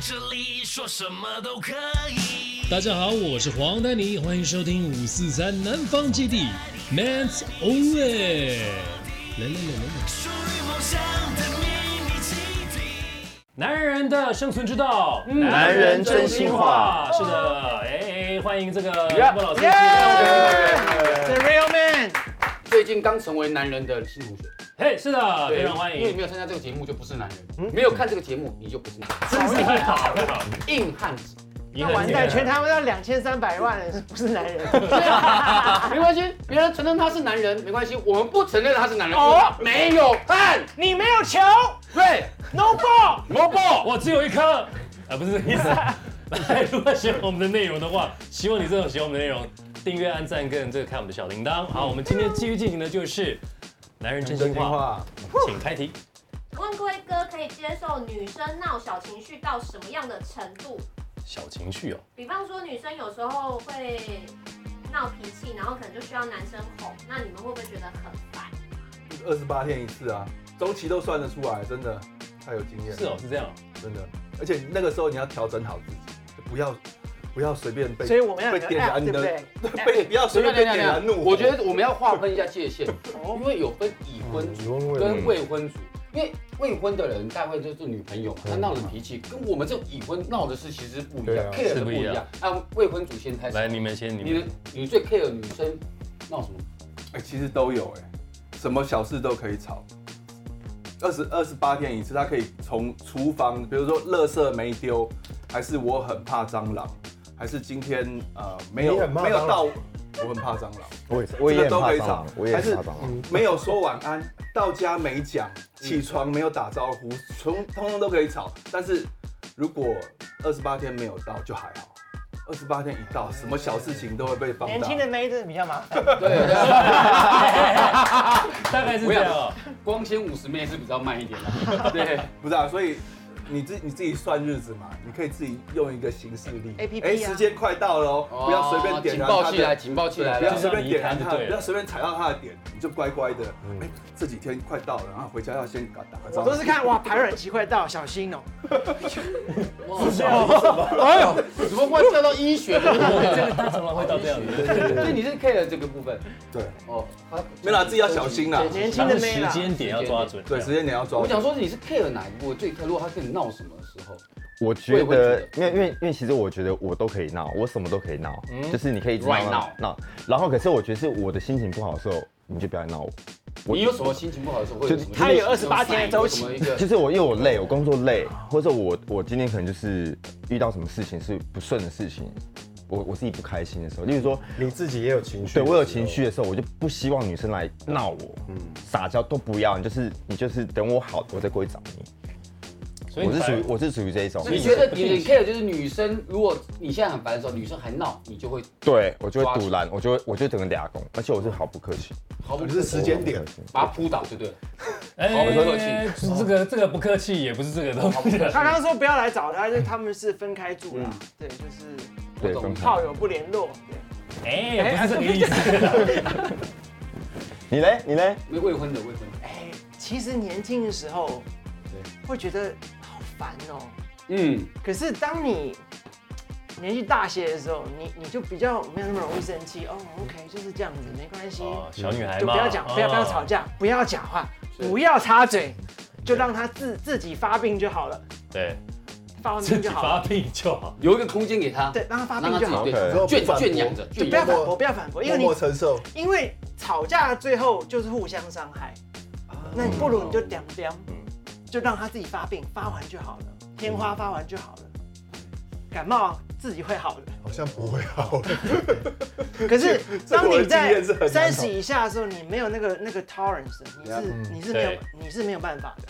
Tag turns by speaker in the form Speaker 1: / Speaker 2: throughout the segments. Speaker 1: 这里说什么都可以。
Speaker 2: 大家好，我是黄丹妮，欢迎收听五四三南方基地 Man's Only。来来来来
Speaker 1: 属于梦想的秘密基地。
Speaker 3: 男人的生存之道，
Speaker 4: 男人真心话
Speaker 3: 是的，哎哎，欢迎这个
Speaker 4: 来，
Speaker 3: 莫老师。
Speaker 4: 耶
Speaker 5: 是 Real Man，
Speaker 6: 最近刚成为男人的新同学，
Speaker 3: 嘿，是的，非常欢
Speaker 6: 因为
Speaker 3: 迎
Speaker 6: 你。没有参加这个节目，就不是男
Speaker 4: 嗯
Speaker 6: 人；没有看这个节目，你就不是男人。
Speaker 3: 真是太好了，
Speaker 6: 硬汉子，
Speaker 3: 你
Speaker 5: 那完蛋，全台湾要两千三百万人，不是男人。
Speaker 6: 对啊，没关系，别人承认他是男人没关系，我们不承认他是男人。
Speaker 5: 哦
Speaker 6: 我没有看，
Speaker 5: 你没有球
Speaker 6: 对，
Speaker 5: ，No ball，
Speaker 6: 萝卜，
Speaker 3: 我只有一颗，啊，不是这个意思。来，如果喜欢我们的内容的话，希望你真的喜欢我们的内容，订阅、按赞跟这个开我们的小铃铛。好，我们今天继续进行的就是男人真心话，
Speaker 4: 话，
Speaker 3: 请开题。
Speaker 7: 问龟哥可以接受女生闹小情绪到什么样的程度？
Speaker 3: 小情绪哦，
Speaker 7: 比方说女生有时候会闹脾气，然后可能就需要男生哄，那你们会不会觉得很烦？
Speaker 4: 二十八天一次啊，周期都算得出来，真的太有经验了，
Speaker 3: 是哦，是这样哦。
Speaker 4: 真的。而且那个时候你要调整好自己，就不要不要随便 被
Speaker 5: 所以我们要有
Speaker 4: 被
Speaker 5: 个
Speaker 4: 点
Speaker 5: app，
Speaker 4: 燃
Speaker 5: 对
Speaker 4: 你
Speaker 5: 不对？，
Speaker 4: 的被不要随便被点燃怒火。哦
Speaker 6: 我觉得我们要划分一下界限，因为有分已婚族跟未婚族。因为未婚的人大概就是女朋友嘛，他闹的脾气跟我们这种已婚闹的事其实不一
Speaker 4: 啊
Speaker 6: 样，care
Speaker 3: 是
Speaker 6: 的
Speaker 3: 不
Speaker 6: 不
Speaker 3: 一
Speaker 6: 一
Speaker 3: 样
Speaker 6: 样。按未婚族先开始，
Speaker 3: 来，你们先，你
Speaker 6: 你的
Speaker 3: 们
Speaker 6: 你最 care 女生闹什么？
Speaker 4: 哎、其实都有哎、什么小事都可以吵。二十二十八天一次，他可以从厨房，比如说垃圾没丢，还是我很怕蟑螂，还是今天呃没有
Speaker 8: 你很怕
Speaker 4: 没有
Speaker 8: 蟑螂
Speaker 4: 到，我很怕蟑螂，
Speaker 8: 我也是，
Speaker 4: 我
Speaker 8: 我
Speaker 4: 也
Speaker 8: 也
Speaker 4: 很
Speaker 8: 很
Speaker 4: 怕
Speaker 8: 怕
Speaker 4: 蟑螂
Speaker 8: 蟑螂，
Speaker 4: 我
Speaker 8: 我
Speaker 4: 也
Speaker 8: 也
Speaker 4: 很
Speaker 8: 很
Speaker 4: 怕蟑
Speaker 8: 怕蟑螂。
Speaker 4: 嗯没有说晚安，到家没讲，起床没有打招呼，从通通都可以吵。但是如果二十八天没有到就还好，二十八天一到，什么小事情都会被放大。
Speaker 5: 年轻的妹子比较麻 烦，
Speaker 6: 对。对啊
Speaker 3: 大概是这样哦。
Speaker 6: 光纤五十妹是比较慢一点的，对，
Speaker 4: 不是啊，所以你自你自己算日子嘛，你可以自己用一个形式力
Speaker 5: APP 啊
Speaker 4: 哎，时间快到了哦，不要随便点
Speaker 6: 警
Speaker 4: 燃
Speaker 6: 报
Speaker 4: 它
Speaker 6: 器来，
Speaker 4: 的。
Speaker 6: 警报器
Speaker 4: 对，
Speaker 6: 来
Speaker 4: 不要
Speaker 6: 了，
Speaker 4: 随便点燃
Speaker 3: 就
Speaker 4: 它，
Speaker 3: 让你离开就
Speaker 4: 不
Speaker 3: 对了
Speaker 4: 要随便踩到它的点，你就乖乖的。哎，这几天快到了，然后回家要先打打个招
Speaker 5: 我
Speaker 4: 呼
Speaker 5: 都。是看哇，排卵期快到，小心哦。
Speaker 3: 哦
Speaker 6: 哎呦，怎么换掉到医学的部
Speaker 3: 这
Speaker 6: 分？
Speaker 3: 个大蟑螂会到这样子。
Speaker 6: 所以你是 care 这个部分
Speaker 4: 对，
Speaker 6: 哦，
Speaker 4: 没啦，自己要小心啦。
Speaker 5: 年轻
Speaker 3: 然
Speaker 5: 的
Speaker 3: 后
Speaker 5: 妹
Speaker 3: 时
Speaker 5: 啦，
Speaker 3: 间点要抓准。啊
Speaker 4: 对，时间点要抓
Speaker 6: 我
Speaker 4: 紧。
Speaker 6: 想说你是 care 哪一部分？最 care 如果他跟你闹什么的时候，
Speaker 8: 我觉
Speaker 6: 我也
Speaker 8: 得
Speaker 6: 会，
Speaker 8: 因为因为因为其实我觉得我都可以闹，我什么都可以闹，就是你可以一直
Speaker 6: Right
Speaker 8: 闹闹，然后可是我觉得是我的心情不好的时候，你就不要来闹我。我
Speaker 6: 你有什么心情不好的时候会？
Speaker 8: 就是
Speaker 5: 他有28天的周期
Speaker 6: 什么一个
Speaker 8: 就？是我因为我累，我工作累，或者我我今天可能就是遇到什么事情是不顺的事情，我我自己不开心的时候，例如说，
Speaker 9: 你自己也有情绪，
Speaker 8: 对我有情绪，的时候，我就不希望女生来闹我，嗯，撒娇都不要，你就是你就是等我好，我再过去找你。
Speaker 3: 所以
Speaker 8: 我
Speaker 3: 你
Speaker 8: 是属于
Speaker 3: 才
Speaker 8: 我是属于这一种，
Speaker 6: 你觉得你 care 就是女生，如果你现在很烦的时候，女生还闹，你就会
Speaker 8: 对我就
Speaker 6: 抓
Speaker 8: 会
Speaker 6: 起
Speaker 8: 堵拦，我就会我就整个俩拱，而且我是毫不客气，
Speaker 6: 毫不
Speaker 9: 你是时间点，
Speaker 6: 把他扑倒就对了。
Speaker 3: 哎
Speaker 6: 好不客气
Speaker 3: 这个这个不客气，也不是这个东西。
Speaker 5: 他刚刚说不要来找他，就是他们是分开住啦，对，就是
Speaker 8: 对，
Speaker 6: 懂
Speaker 8: 分开
Speaker 5: 炮。友不联络，嗯对
Speaker 3: 哎，不是这个意思。
Speaker 8: 你嘞，你嘞，
Speaker 6: 未未婚的未婚的，
Speaker 5: 哎，其实年轻的时候，会觉得好烦哦。
Speaker 6: 嗯，
Speaker 5: 可是当你年纪大些的时候，你你就比较没有那么容易生气哦。OK，就是这样子，没关系，
Speaker 3: 哦，小女孩
Speaker 5: 就
Speaker 3: 嘛，
Speaker 5: 不要讲，不要
Speaker 3: 哦
Speaker 5: 不要吵。架，不要讲话，
Speaker 6: 是
Speaker 5: 不要插嘴，就让他自自己发病就好了，
Speaker 3: 对，
Speaker 5: 发完
Speaker 3: 自
Speaker 5: 病
Speaker 3: 己
Speaker 5: 就 好
Speaker 3: 发
Speaker 5: 了。
Speaker 3: 病就好。
Speaker 6: 有一个空间给他，
Speaker 5: 对，让他发
Speaker 6: 让他
Speaker 5: 病
Speaker 6: 自
Speaker 5: 就好
Speaker 6: 己
Speaker 5: 了，
Speaker 6: 对
Speaker 8: OK
Speaker 9: 之
Speaker 6: 圈
Speaker 9: 后不
Speaker 6: 圈
Speaker 9: 反
Speaker 6: 养着，圈
Speaker 5: 不要
Speaker 6: 养着。
Speaker 5: 反驳，不要反驳，因为
Speaker 9: 默
Speaker 5: 你
Speaker 9: 默承受。
Speaker 5: 因为吵架最后就是互相伤害，
Speaker 4: 啊
Speaker 5: 那你不如你就两两，
Speaker 3: 嗯
Speaker 5: 就让他自己发病，发完就好了，
Speaker 4: 嗯
Speaker 5: 天花发完就好了，感冒自己会好的。
Speaker 9: 好像不会好，
Speaker 5: 可是当你在
Speaker 4: 这个我的经验是很难
Speaker 5: 三十以下的时候，你没有那个那个 tolerance，你是你是没有
Speaker 3: 对
Speaker 5: 你是没有办法的。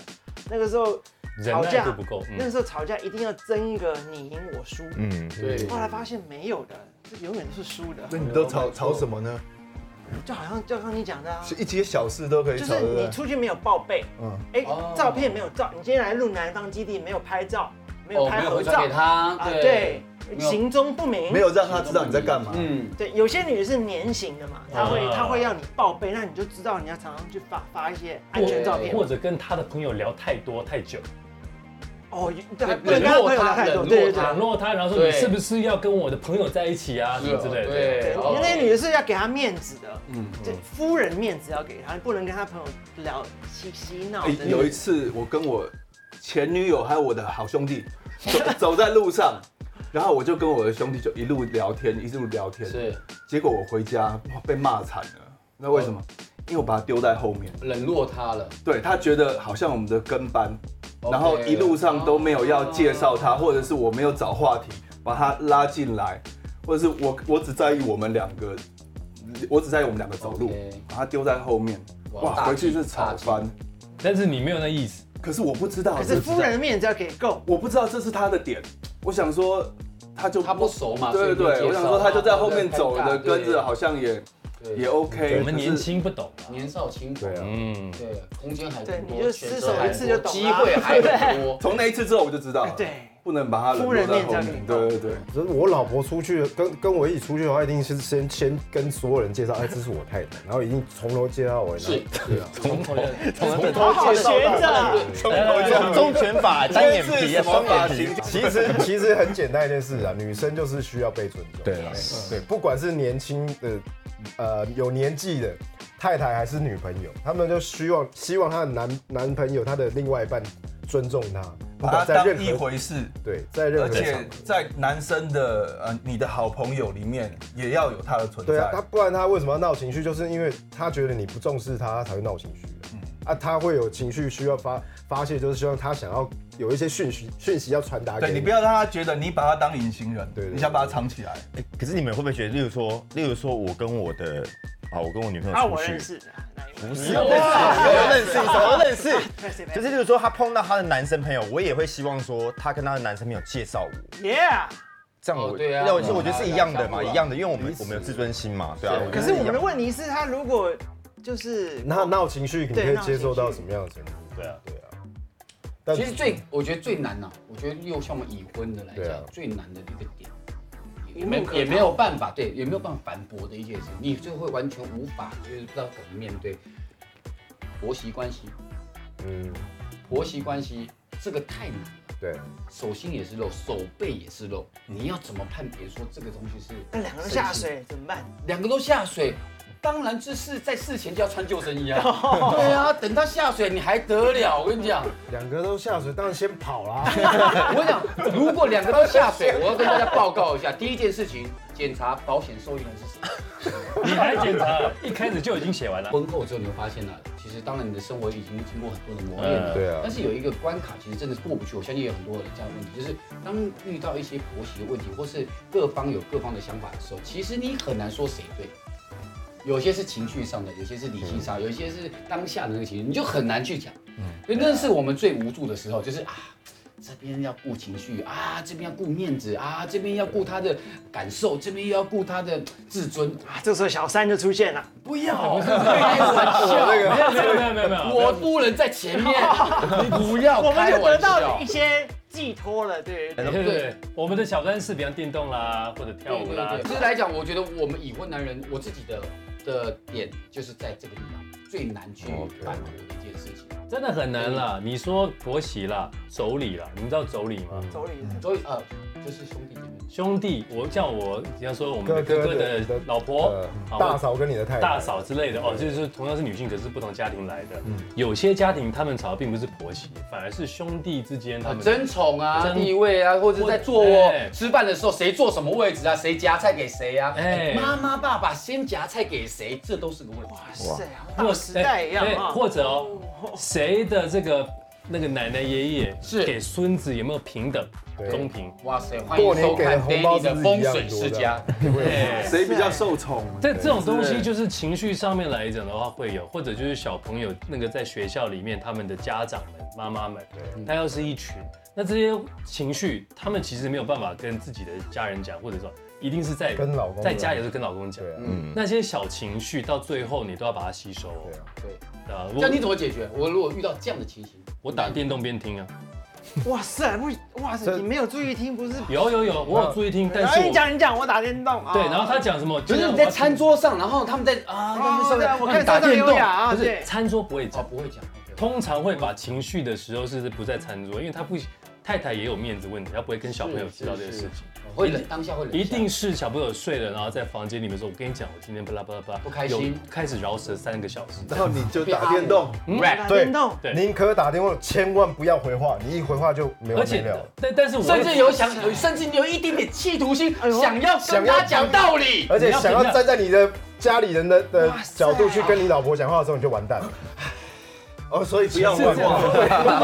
Speaker 5: 那个时候
Speaker 3: 忍
Speaker 5: 吵
Speaker 3: 耐
Speaker 5: 架
Speaker 3: 度不够，
Speaker 5: 那
Speaker 3: 嗯
Speaker 5: 个时候吵架一定要争一个你赢我输。
Speaker 8: 嗯，
Speaker 6: 对，
Speaker 5: 后来发现没有的，这永远都是输的
Speaker 4: 嗯
Speaker 9: 那，你都吵吵什么呢？
Speaker 5: 就好像就像你讲的啊，
Speaker 9: 是一些小事都可以
Speaker 5: 就
Speaker 9: 吵，
Speaker 5: 是
Speaker 9: 对不
Speaker 5: 你
Speaker 9: 对？
Speaker 5: 出去没有报备，
Speaker 9: 嗯，
Speaker 5: 哎
Speaker 6: 哦，
Speaker 5: 照片没有照，你今天来录南方基地没有拍照，没有
Speaker 6: 哦，
Speaker 5: 拍
Speaker 6: 没有
Speaker 5: 合
Speaker 6: 回
Speaker 5: 照
Speaker 6: 传给他，
Speaker 5: 啊，
Speaker 6: 对
Speaker 5: 对，，
Speaker 6: 没有
Speaker 5: 行踪不明，
Speaker 9: 没有让他知道你在干嘛。
Speaker 6: 嗯，
Speaker 5: 对，有些女是年型的嘛，
Speaker 9: 嗯
Speaker 5: 她会
Speaker 3: 啊
Speaker 5: 她会要你报备，那你就知道你要常常去发发一些安全照片
Speaker 3: 或。者跟他的朋友聊太多太久，
Speaker 5: 哦，哦，对，不
Speaker 6: 冷
Speaker 5: 能跟他朋
Speaker 6: 落
Speaker 5: 友聊
Speaker 6: 他，
Speaker 5: 太多，
Speaker 6: 冷
Speaker 5: 对对
Speaker 6: 落
Speaker 5: 对
Speaker 6: 他
Speaker 3: 冷，落他，然后说你
Speaker 6: 对
Speaker 3: 是不是要跟我的朋友在一起啊，什么之类的。对
Speaker 6: 对，
Speaker 5: 因
Speaker 6: 哦
Speaker 5: 为那个女的是要给他面子的，
Speaker 4: 嗯
Speaker 5: 嗯，这夫人面子要给他，你不能跟他朋友聊嬉嬉闹
Speaker 4: 哎
Speaker 5: 哦的。
Speaker 4: 有一次我跟我前女友还有我的好兄弟走走在路上，然后我就跟我的兄弟就一路聊天，一路聊天，
Speaker 6: 是
Speaker 4: 结果我回家哇被骂惨了，那为什
Speaker 6: 哦
Speaker 4: 么？因为我把他丢在后面，
Speaker 6: 冷落他了，
Speaker 4: 对他觉得好像我们的跟班，
Speaker 6: OK 哦
Speaker 4: 然后一路上都没有要介绍他，或者是我没有找话题把他拉进来，或者是我我只在意我们两个，我只在意我们两个走路
Speaker 6: OK，
Speaker 4: 把他丢在后面，
Speaker 6: 哇
Speaker 4: 哇，
Speaker 6: 大
Speaker 4: 回去
Speaker 6: 忌
Speaker 4: 是吵
Speaker 6: 大忌
Speaker 4: 翻。
Speaker 3: 但是你没有那意思，
Speaker 4: 可是我不知道，
Speaker 5: 可
Speaker 4: 我
Speaker 5: 是
Speaker 4: 不知道
Speaker 5: 夫人的面子要给够，
Speaker 4: 我不知道这是他的点，我想说他就
Speaker 6: 他不熟嘛，
Speaker 4: 对对
Speaker 6: 所以没
Speaker 4: 对，
Speaker 6: 介
Speaker 4: 我
Speaker 6: 绍
Speaker 4: 想
Speaker 6: 嘛
Speaker 4: 说他就在后面走
Speaker 6: 对
Speaker 4: 的，
Speaker 6: 对
Speaker 4: 跟着好像也
Speaker 6: 对
Speaker 4: 也 OK。。
Speaker 3: 我们年，轻不懂啊。
Speaker 6: 年少轻狂
Speaker 9: 对，啊，
Speaker 3: 嗯，
Speaker 6: 对，空间还
Speaker 5: 对
Speaker 6: 很
Speaker 5: 你就
Speaker 6: 多，
Speaker 5: 失
Speaker 6: 选
Speaker 5: 手
Speaker 6: 择还
Speaker 5: 一次就
Speaker 6: 多，
Speaker 5: 懂
Speaker 6: 机
Speaker 5: 了
Speaker 6: 会还很多
Speaker 4: 从那一次之后我就知道
Speaker 5: 哎
Speaker 4: 了，
Speaker 5: 对，
Speaker 4: 不能把他冷落在后
Speaker 5: 夫人
Speaker 4: 面
Speaker 5: 面。
Speaker 4: 对对对，
Speaker 9: 就是我老婆出去跟跟我一起出去的话，一定是先先跟所有人介绍，哎，这是我太太，然后一定从头介绍尾，
Speaker 6: 是，
Speaker 9: 对 啊，
Speaker 3: 从头
Speaker 8: 从
Speaker 5: 好好学着，
Speaker 8: 从头中拳法、单眼皮啊、双眼皮，
Speaker 9: 其实 其实很简单一件事啊，女生就是需要被尊重。
Speaker 8: 对啦
Speaker 9: 哎对，不管是年轻的，呃，有年纪的太太还是女朋友，他们就希望希望她的男男朋友、她的另外一半尊重她，不
Speaker 4: 把他
Speaker 9: 管在
Speaker 4: 当一
Speaker 9: 任何
Speaker 4: 回事。
Speaker 9: 对在任
Speaker 4: 而
Speaker 9: 何场合
Speaker 4: 且。在男生的呃，你的好朋友里面也要有他的存
Speaker 9: 对啊，他
Speaker 4: 在。
Speaker 9: 不然他为什么要闹情绪？就是因为他觉得你不重视他，他才会闹情绪的。
Speaker 3: 嗯
Speaker 9: 啊，他会有情绪需要发发泄，就是希望他想要有一些讯息讯息要传达给
Speaker 4: 对你不要让他觉得你把他当隐形人
Speaker 9: 对，对
Speaker 4: 你想把他藏起来。
Speaker 8: 欸可是你们会不会觉得，例如说，例如说我跟我的啊，我跟我女朋友
Speaker 5: 啊，
Speaker 8: 出
Speaker 5: 我认
Speaker 8: 去，
Speaker 5: 识的，哪一位
Speaker 8: 不是我认识，我认识，我认识。就
Speaker 5: 就是
Speaker 8: 例如说，她碰到她的男生朋友，我也会希望说，她跟她的男生朋友介绍我，
Speaker 5: ，Yeah。
Speaker 8: 这样我
Speaker 6: 哦对啊
Speaker 8: 我我觉得是一样的嘛，
Speaker 6: 嗯
Speaker 8: 一样的，因为我们我们有自尊心嘛，对啊。
Speaker 6: 是
Speaker 8: 觉
Speaker 5: 可
Speaker 8: 得
Speaker 5: 是我
Speaker 8: 一样
Speaker 5: 们的问题是，他如果就是
Speaker 9: 那闹情绪，你
Speaker 5: 对
Speaker 9: 可以
Speaker 5: 闹情
Speaker 9: 接受到
Speaker 5: 绪
Speaker 9: 什么样的程度？
Speaker 3: 对啊，
Speaker 9: 对啊，但
Speaker 6: 其实最我觉得最难呐、我觉得又像我们已婚的来
Speaker 9: 对啊
Speaker 6: 讲，最难的一个点，也
Speaker 5: 无路
Speaker 6: 没
Speaker 5: 可逃
Speaker 6: 也没有办法，对，也没有办法反驳的一件事，你就会完全无法，就是不知道怎么面对婆媳关系，
Speaker 9: 嗯，
Speaker 6: 婆媳关系这个太难了，
Speaker 9: 对，
Speaker 6: 手心也是肉，手背也是肉，你要怎么判别说这个东西是？
Speaker 5: 那两个人下，水怎么办？
Speaker 6: 两个都下水。当然，这是在事前就要穿救生衣啊！对啊，等他下水你还得了？我跟你讲，
Speaker 9: 两个都下水，当然先 跑啦。
Speaker 6: 我想，如果两个都下水，我要跟大家报告一下，第一件事情，检查保险受益人是谁。
Speaker 3: 你还检查了，一开始就已经写完了。
Speaker 6: 婚后之后，你会发现了，其实当然你的生活已经经过很多的磨练
Speaker 3: 嗯
Speaker 6: 了，
Speaker 9: 对啊
Speaker 6: 但是有一个关卡，其实真的过不去。我相信有很多人这样的问题，就是当遇到一些婆媳的问题，或是各方有各方的想法的时候，其实你很难说谁对。有些是情绪上的，有些是理性
Speaker 9: 嗯
Speaker 6: 上，有些是当下的那个情绪，你就很难去讲。所以
Speaker 9: 啊
Speaker 6: 那是我们最无助的时候，就是啊，这边要顾情绪啊，这边要顾面子啊，这边要顾他的感受，这边又要顾他的自尊。
Speaker 5: 啊，这时候小三就出现了，
Speaker 6: 不 要， 开玩笑，
Speaker 3: 没有没有没有没有没有，
Speaker 6: 我夫人在前面，你不要
Speaker 5: 我们
Speaker 6: 开
Speaker 5: 就得
Speaker 6: 玩
Speaker 5: 到
Speaker 6: 笑
Speaker 5: 一。些寄托了，对对对。
Speaker 3: 对对对，我们的小三是比方电动啦，或者跳
Speaker 6: 对
Speaker 3: 舞
Speaker 6: 对
Speaker 3: 啦
Speaker 6: 对，，其实来讲，我觉得我们已婚男人，我自己的的点就是在这个地方最难去反驳的一件事情。
Speaker 3: 真的很难啦。你说婆媳啦，妯娌啦，你们知道妯娌吗？
Speaker 5: 走了一次
Speaker 6: 所以呃，就是兄弟姐妹，
Speaker 3: 兄弟，我像我，比方说我们的哥
Speaker 9: 哥
Speaker 3: 哥
Speaker 9: 哥
Speaker 3: 的
Speaker 9: 的
Speaker 3: 老婆啊
Speaker 9: 呃，
Speaker 3: 好
Speaker 9: 大嫂跟你的太太，
Speaker 3: 大嫂之类的哦，就是同样是女性，可是不同家庭来的。
Speaker 9: 嗯
Speaker 3: 有些家庭他们吵的并不是婆媳，反而是兄弟之间他
Speaker 6: 呃
Speaker 3: 们
Speaker 6: 争宠啊、
Speaker 3: 争
Speaker 6: 地位啊，或者在坐
Speaker 3: 哎
Speaker 6: 哦吃饭的时候谁坐什么位置啊，谁夹菜给谁啊，
Speaker 3: 哎
Speaker 6: 妈妈爸爸先夹菜给谁，这都是个问题。
Speaker 5: 哇塞，好大时代一样
Speaker 3: 哎
Speaker 5: 啊！
Speaker 3: 或者哦，谁的这个那个奶奶爷爷
Speaker 6: 是
Speaker 3: 给孙子有没有平等
Speaker 9: 对
Speaker 3: 公平？
Speaker 6: 哇塞，欢迎
Speaker 9: 过年
Speaker 6: 收
Speaker 9: 给的
Speaker 6: 看
Speaker 9: 红包
Speaker 6: Daily
Speaker 9: 是
Speaker 6: 的
Speaker 9: 不是一
Speaker 6: 风
Speaker 9: 样
Speaker 6: 水
Speaker 9: 多
Speaker 6: 世
Speaker 9: 的
Speaker 6: 家
Speaker 9: 啊？。
Speaker 3: 对
Speaker 4: 谁比较受宠？
Speaker 3: 这这种东西就是情绪上面来讲的话会有，或者就是小朋友那个在学校里面他们的家长们、妈妈们，他要是一群，那这些情绪他们其实没有办法跟自己的家人讲，或者说一定是在
Speaker 9: 跟老公
Speaker 3: 在家也是跟老公讲
Speaker 9: 对。啊，
Speaker 8: 嗯，
Speaker 3: 那些小情绪到最后你都要把它吸收哦
Speaker 9: 对。啊，
Speaker 6: 对，
Speaker 3: 呃，
Speaker 6: 那你
Speaker 3: 我
Speaker 6: 怎么解决？我如果遇到这样的情形，
Speaker 3: 我打电动边听啊，
Speaker 5: 哇塞，不，哇塞，
Speaker 9: 这
Speaker 5: 你没有注意听，不是？
Speaker 3: 有有有，我有注意听，但
Speaker 5: 然
Speaker 3: 是
Speaker 5: 后你
Speaker 3: 我
Speaker 5: 讲你讲，我打电动啊。
Speaker 3: 对，然后他讲什么，
Speaker 6: 就
Speaker 3: 就是
Speaker 6: 你在餐桌上，然后他们在啊，他们
Speaker 5: 哦，
Speaker 6: 上
Speaker 5: 对啊，
Speaker 6: 面
Speaker 5: 我看
Speaker 6: 打
Speaker 5: 山上
Speaker 6: 电
Speaker 5: 优
Speaker 6: 动，
Speaker 5: 雅啊，
Speaker 3: 不是
Speaker 5: 对，
Speaker 3: 哦餐桌不会讲
Speaker 6: 哦，。不会讲，OK，
Speaker 3: 通常会把情绪的时候是不在餐桌，因为他不太太也有面子问题，她不会跟小朋友
Speaker 6: 是
Speaker 3: 知道这个事
Speaker 6: 是
Speaker 3: 情。
Speaker 6: 哦会冷，当下会冷笑，
Speaker 3: 一定是小朋友睡了，然后在房间里面说：“我跟你讲，我今天巴拉巴拉巴拉，
Speaker 6: 不开
Speaker 3: 有
Speaker 6: 心
Speaker 3: 开始饶舌三个小时。
Speaker 4: 然后你就打电动，
Speaker 5: 打
Speaker 9: 对
Speaker 5: 电动，
Speaker 3: 对
Speaker 9: 宁可打电话，千万不要回话，你一回话就没
Speaker 3: 而
Speaker 9: 完没
Speaker 3: 且
Speaker 9: 了了。，
Speaker 3: 但但是我
Speaker 6: 甚至有想有，甚至你有一点点企图心，
Speaker 5: 哎呦
Speaker 6: 想要跟他讲道理。
Speaker 9: 而且
Speaker 3: 你要
Speaker 9: 想要
Speaker 3: 评价
Speaker 9: 站在你的家里人的的
Speaker 5: 哇塞
Speaker 9: 角度去跟你老婆讲话的时候，你就完蛋了。
Speaker 4: 哦，所以不要问我，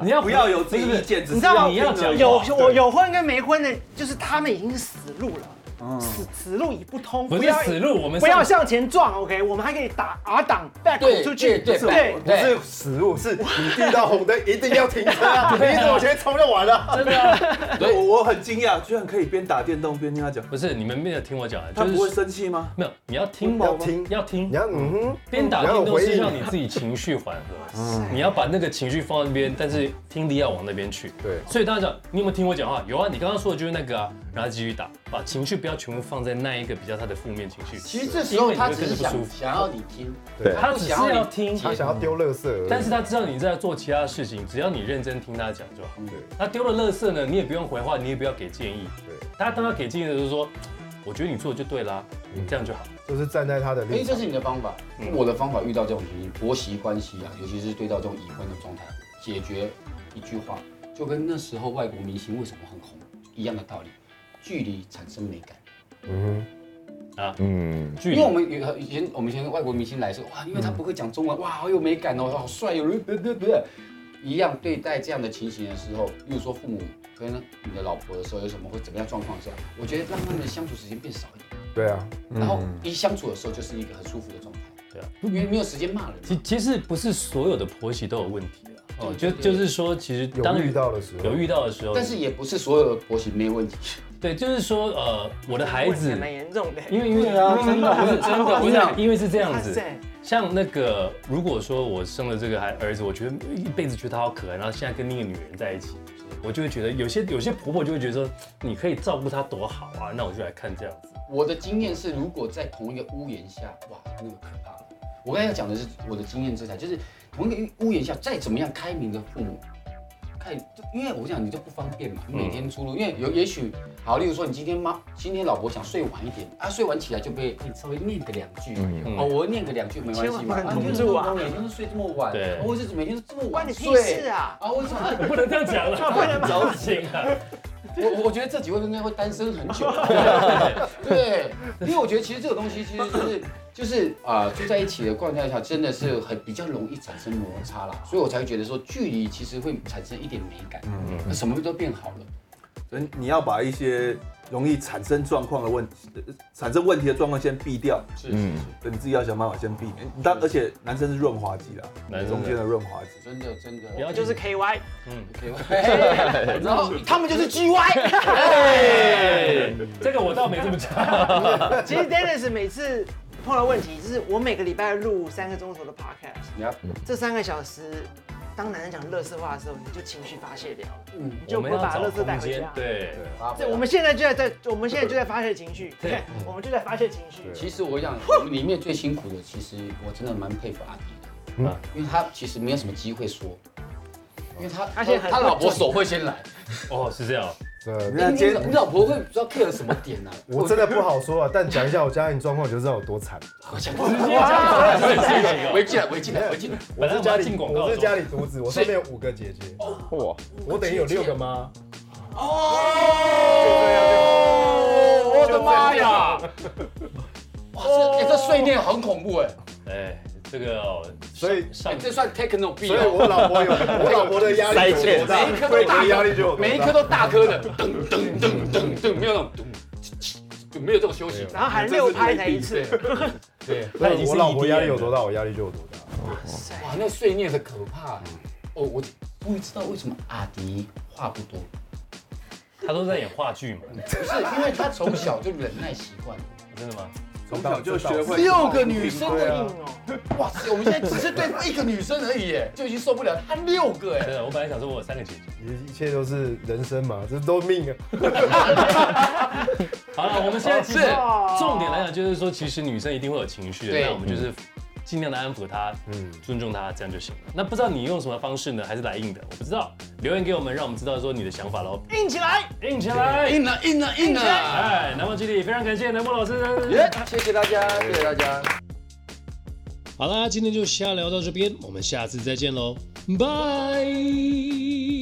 Speaker 3: 你要
Speaker 4: 不要有自己意见，只
Speaker 5: 你知
Speaker 4: 是
Speaker 5: 道吗？
Speaker 3: 你要讲
Speaker 5: 有
Speaker 3: 话
Speaker 5: 我有婚跟没婚的，就是他们已经死路了，死死路已不通，
Speaker 3: 嗯不是
Speaker 5: 要
Speaker 3: 死路，我们
Speaker 5: 不要
Speaker 3: 上
Speaker 5: 向前撞，OK，我们还可以打 R 档 back
Speaker 6: 对
Speaker 5: 出去，
Speaker 6: 对对
Speaker 5: 对，
Speaker 9: 不是死路，是你遇到红灯一定要停车啊！你怎么前面冲就完了？真的，
Speaker 4: 我我很惊讶，居然可以边打电动边听他讲，
Speaker 3: 不是你们没有听我讲啊，
Speaker 4: 他不
Speaker 3: 就
Speaker 4: 会
Speaker 3: 是
Speaker 4: 生气吗？
Speaker 3: 没有，你要听
Speaker 9: 要听
Speaker 3: 要听
Speaker 9: 你，要嗯哼，
Speaker 3: 边打
Speaker 9: 你要
Speaker 3: 电
Speaker 9: 有
Speaker 3: 动
Speaker 9: 回
Speaker 3: 是
Speaker 9: 应
Speaker 3: 让你自己情绪缓 和，你要把那个情绪放在那边，但是听力要往那边去。
Speaker 9: 对
Speaker 3: 所以大家讲，你有没有听我讲话？有啊，你刚刚说的就是那个啊，然后继续打，把情绪不要全部放在那一个比较他的负面情绪。
Speaker 6: 其实这时候他只是
Speaker 3: 因为你会
Speaker 6: 想
Speaker 3: 更不舒服
Speaker 6: 想要你听，
Speaker 9: 对
Speaker 3: 他
Speaker 6: 不
Speaker 3: 只是
Speaker 6: 想你
Speaker 3: 要听，
Speaker 9: 他想要丢垃圾而已，
Speaker 3: 但是他知道你在做其他事情，只要你认真听他讲就好。他丢了垃圾呢，你也不用回话，你也不要给建议。
Speaker 9: 对
Speaker 3: 他当他给建议的时候说，我觉得你做的就对啦，你这样就好。
Speaker 9: 就是站在他的
Speaker 6: 因为
Speaker 9: 立
Speaker 6: 这
Speaker 9: 场，
Speaker 6: 哎是你的方法。我的方法遇到这种情形，婆媳关系啊，尤其是对到这种已婚的状态，解决一句话，就跟那时候外国明星为什么很红一样的道理，距离产生美感。
Speaker 9: 嗯
Speaker 8: 嗯，
Speaker 3: 距
Speaker 6: 因
Speaker 3: 离
Speaker 6: 为我们有以前我们以前外国明星来说，哇，因为他不会讲中文，哇，好有美感哦，好帅哦，不不不，一样对待这样的情形的时候，例如说父母跟你的老婆的时候有什么会怎么样状况的时候，我觉得让他们的相处时间变少一点，
Speaker 9: 哼，对啊，
Speaker 6: 然后一相处的时候就是一个很舒服的状态，
Speaker 3: 嗯对啊，
Speaker 6: 因为没有时间骂人，
Speaker 3: 其其实不是所有的婆媳都有问题的哦，就
Speaker 6: 对对
Speaker 3: 就
Speaker 6: 对
Speaker 3: 是说，其实
Speaker 9: 有
Speaker 3: 当
Speaker 9: 遇到的时候
Speaker 3: 有遇到的时候，
Speaker 6: 但是也不是所有的婆媳没有问题，
Speaker 3: 对，就是说呃，我的孩子
Speaker 5: 问题蛮严重的，
Speaker 3: 因为因为啊，真的不是真的不是，因为是这样
Speaker 5: 哇
Speaker 3: 子
Speaker 5: 塞。
Speaker 3: 像那个，如果说我生了这个孩儿子，我觉得一辈子觉得他好可爱，然后现在跟另一个女人在一起，我就会觉得有些有些婆婆就会觉得说，你可以照顾他多好啊，那我就来看这样子。
Speaker 6: 我的经验是，如果在同一个屋檐下，哇，那个可怕。我刚才要讲的是我的经验之谈，就是同一个屋檐下，再怎么样开明的父母，看，就因为我想你就不方便嘛，你每天出入，因为有也许，好，例如说你今天妈，今天老婆想睡晚一点，啊，睡晚起来就被被稍微念个两句，
Speaker 3: 嗯
Speaker 6: 哦，我念个两句没关系
Speaker 5: 千
Speaker 6: 嘛，
Speaker 5: 万不
Speaker 6: 啊，
Speaker 5: 能
Speaker 6: 你
Speaker 5: 同
Speaker 6: 就是
Speaker 5: 住啊
Speaker 6: 每天都睡这么晚，
Speaker 3: 对
Speaker 6: 或者是每天都这么
Speaker 5: 关
Speaker 6: 晚
Speaker 5: 你屁事
Speaker 6: 睡，
Speaker 5: 啊！
Speaker 6: 啊，为什么？啊
Speaker 3: 不 能这样讲了，着急啊！
Speaker 6: 我我觉得这几位应该会单身很 久，对，因为我觉得其实这个东西其实就是就是啊、住在一起的状态下，真的是很比较容易产生摩擦啦，所以我才会觉得说距离其实会产生一点美感，嗯，那什么都变好了，
Speaker 4: 所以你要把一些容易产生状况的问题、呃产生问题的状况先避掉，
Speaker 6: 是是是，
Speaker 4: 对你自己要想办法先避免。但而且男生是润滑剂啦，
Speaker 3: 男生是
Speaker 4: 中间的润滑剂。
Speaker 6: 真的真的，
Speaker 3: 不要
Speaker 5: 就是 KY，
Speaker 6: OK，然后他们就是 GY，
Speaker 3: 哎，这个我倒没这么讲。
Speaker 5: 其实 Dennis 每次碰到问题，就是我每个礼拜录三个钟头的 podcast，
Speaker 6: 你要
Speaker 5: 这三个小时，当男人讲乐色话的时候，你就情绪发泄掉了，
Speaker 6: 嗯，
Speaker 5: 你就不会把乐色带回家。
Speaker 3: 对，
Speaker 5: 对，我们现在就在在，我们现在就在发泄情绪，
Speaker 3: 对
Speaker 5: 对，我们就在发泄情绪。
Speaker 6: 其实我想，我们里面最辛苦的，其实我真的蛮佩服阿迪的，因为他其实没有什么机会说，因为他
Speaker 5: 而且很
Speaker 6: 他老婆手会先来，
Speaker 3: 哦，是这样。
Speaker 9: 这
Speaker 4: 那
Speaker 6: 你
Speaker 4: 今
Speaker 6: 你
Speaker 4: 天
Speaker 6: 你老婆会不知道 care 什么点呢、啊？
Speaker 9: 啊我真的不好说啊，但讲一下我家庭状况，就知道有多惨。
Speaker 6: 我想
Speaker 3: 哇这是这个
Speaker 6: 围进来，围进来，围进来。
Speaker 3: 本来我要进广告，
Speaker 9: 我是家里独子，我身边有五个姐姐，
Speaker 8: 哇，
Speaker 9: 我等于有六个妈。
Speaker 4: 啊
Speaker 6: 我的妈呀！哇，这哎这碎念很恐怖哎，
Speaker 3: 哎，这个哦
Speaker 9: 所以
Speaker 3: 上
Speaker 6: 哎这算 techno B
Speaker 9: 所以
Speaker 6: 哦。
Speaker 9: 我老婆有，我老婆的压力就有多大
Speaker 6: 每一颗
Speaker 9: 所
Speaker 6: 都
Speaker 9: 以你
Speaker 6: 大
Speaker 9: 的压力就
Speaker 6: 颗，
Speaker 9: 有多大
Speaker 6: 每一颗都大颗的，噔噔噔噔噔，没有那种咚就没有这种休息。
Speaker 5: 然后还六拍才一次，
Speaker 6: 对，
Speaker 3: 那已经是
Speaker 9: 我老婆
Speaker 3: EDM
Speaker 9: 压力有多大，我压力就有多大。
Speaker 6: 哇，那碎念的可怕。哦，我不知道为什么阿迪话不多，
Speaker 3: 他都在演话剧嘛，
Speaker 6: 不是因为他从小就忍耐习惯了。
Speaker 3: 真的吗？
Speaker 4: 从小就学会
Speaker 6: 六个啊女生
Speaker 5: 硬
Speaker 6: 的，
Speaker 5: 哦。
Speaker 6: 哇塞！我们现在只是对一个女生而已，耶，就已经受不了，她六个
Speaker 3: 真
Speaker 6: 哎。
Speaker 3: 的，我本来想说我有三个姐姐。
Speaker 9: 一切都是人生嘛，这都命啊。
Speaker 5: 哦
Speaker 3: 好了，我们现在其实重点来讲，就是说，其实女生一定会有情绪的，
Speaker 6: 对
Speaker 3: 那我们就是尽量的安抚他，嗯，尊重他，这样就行了。那不知道你用什么方式呢？还是来硬的？我不知道，留言给我们，让我们知道说你的想法喽。
Speaker 5: 硬起来！
Speaker 3: 硬起来！
Speaker 6: 硬了硬了硬了！
Speaker 3: 哎，南方基地非常感谢南波老师。
Speaker 4: 耶，谢谢大家，谢谢大家。
Speaker 2: 好啦，今天就瞎聊到这边，我们下次再见喽，拜。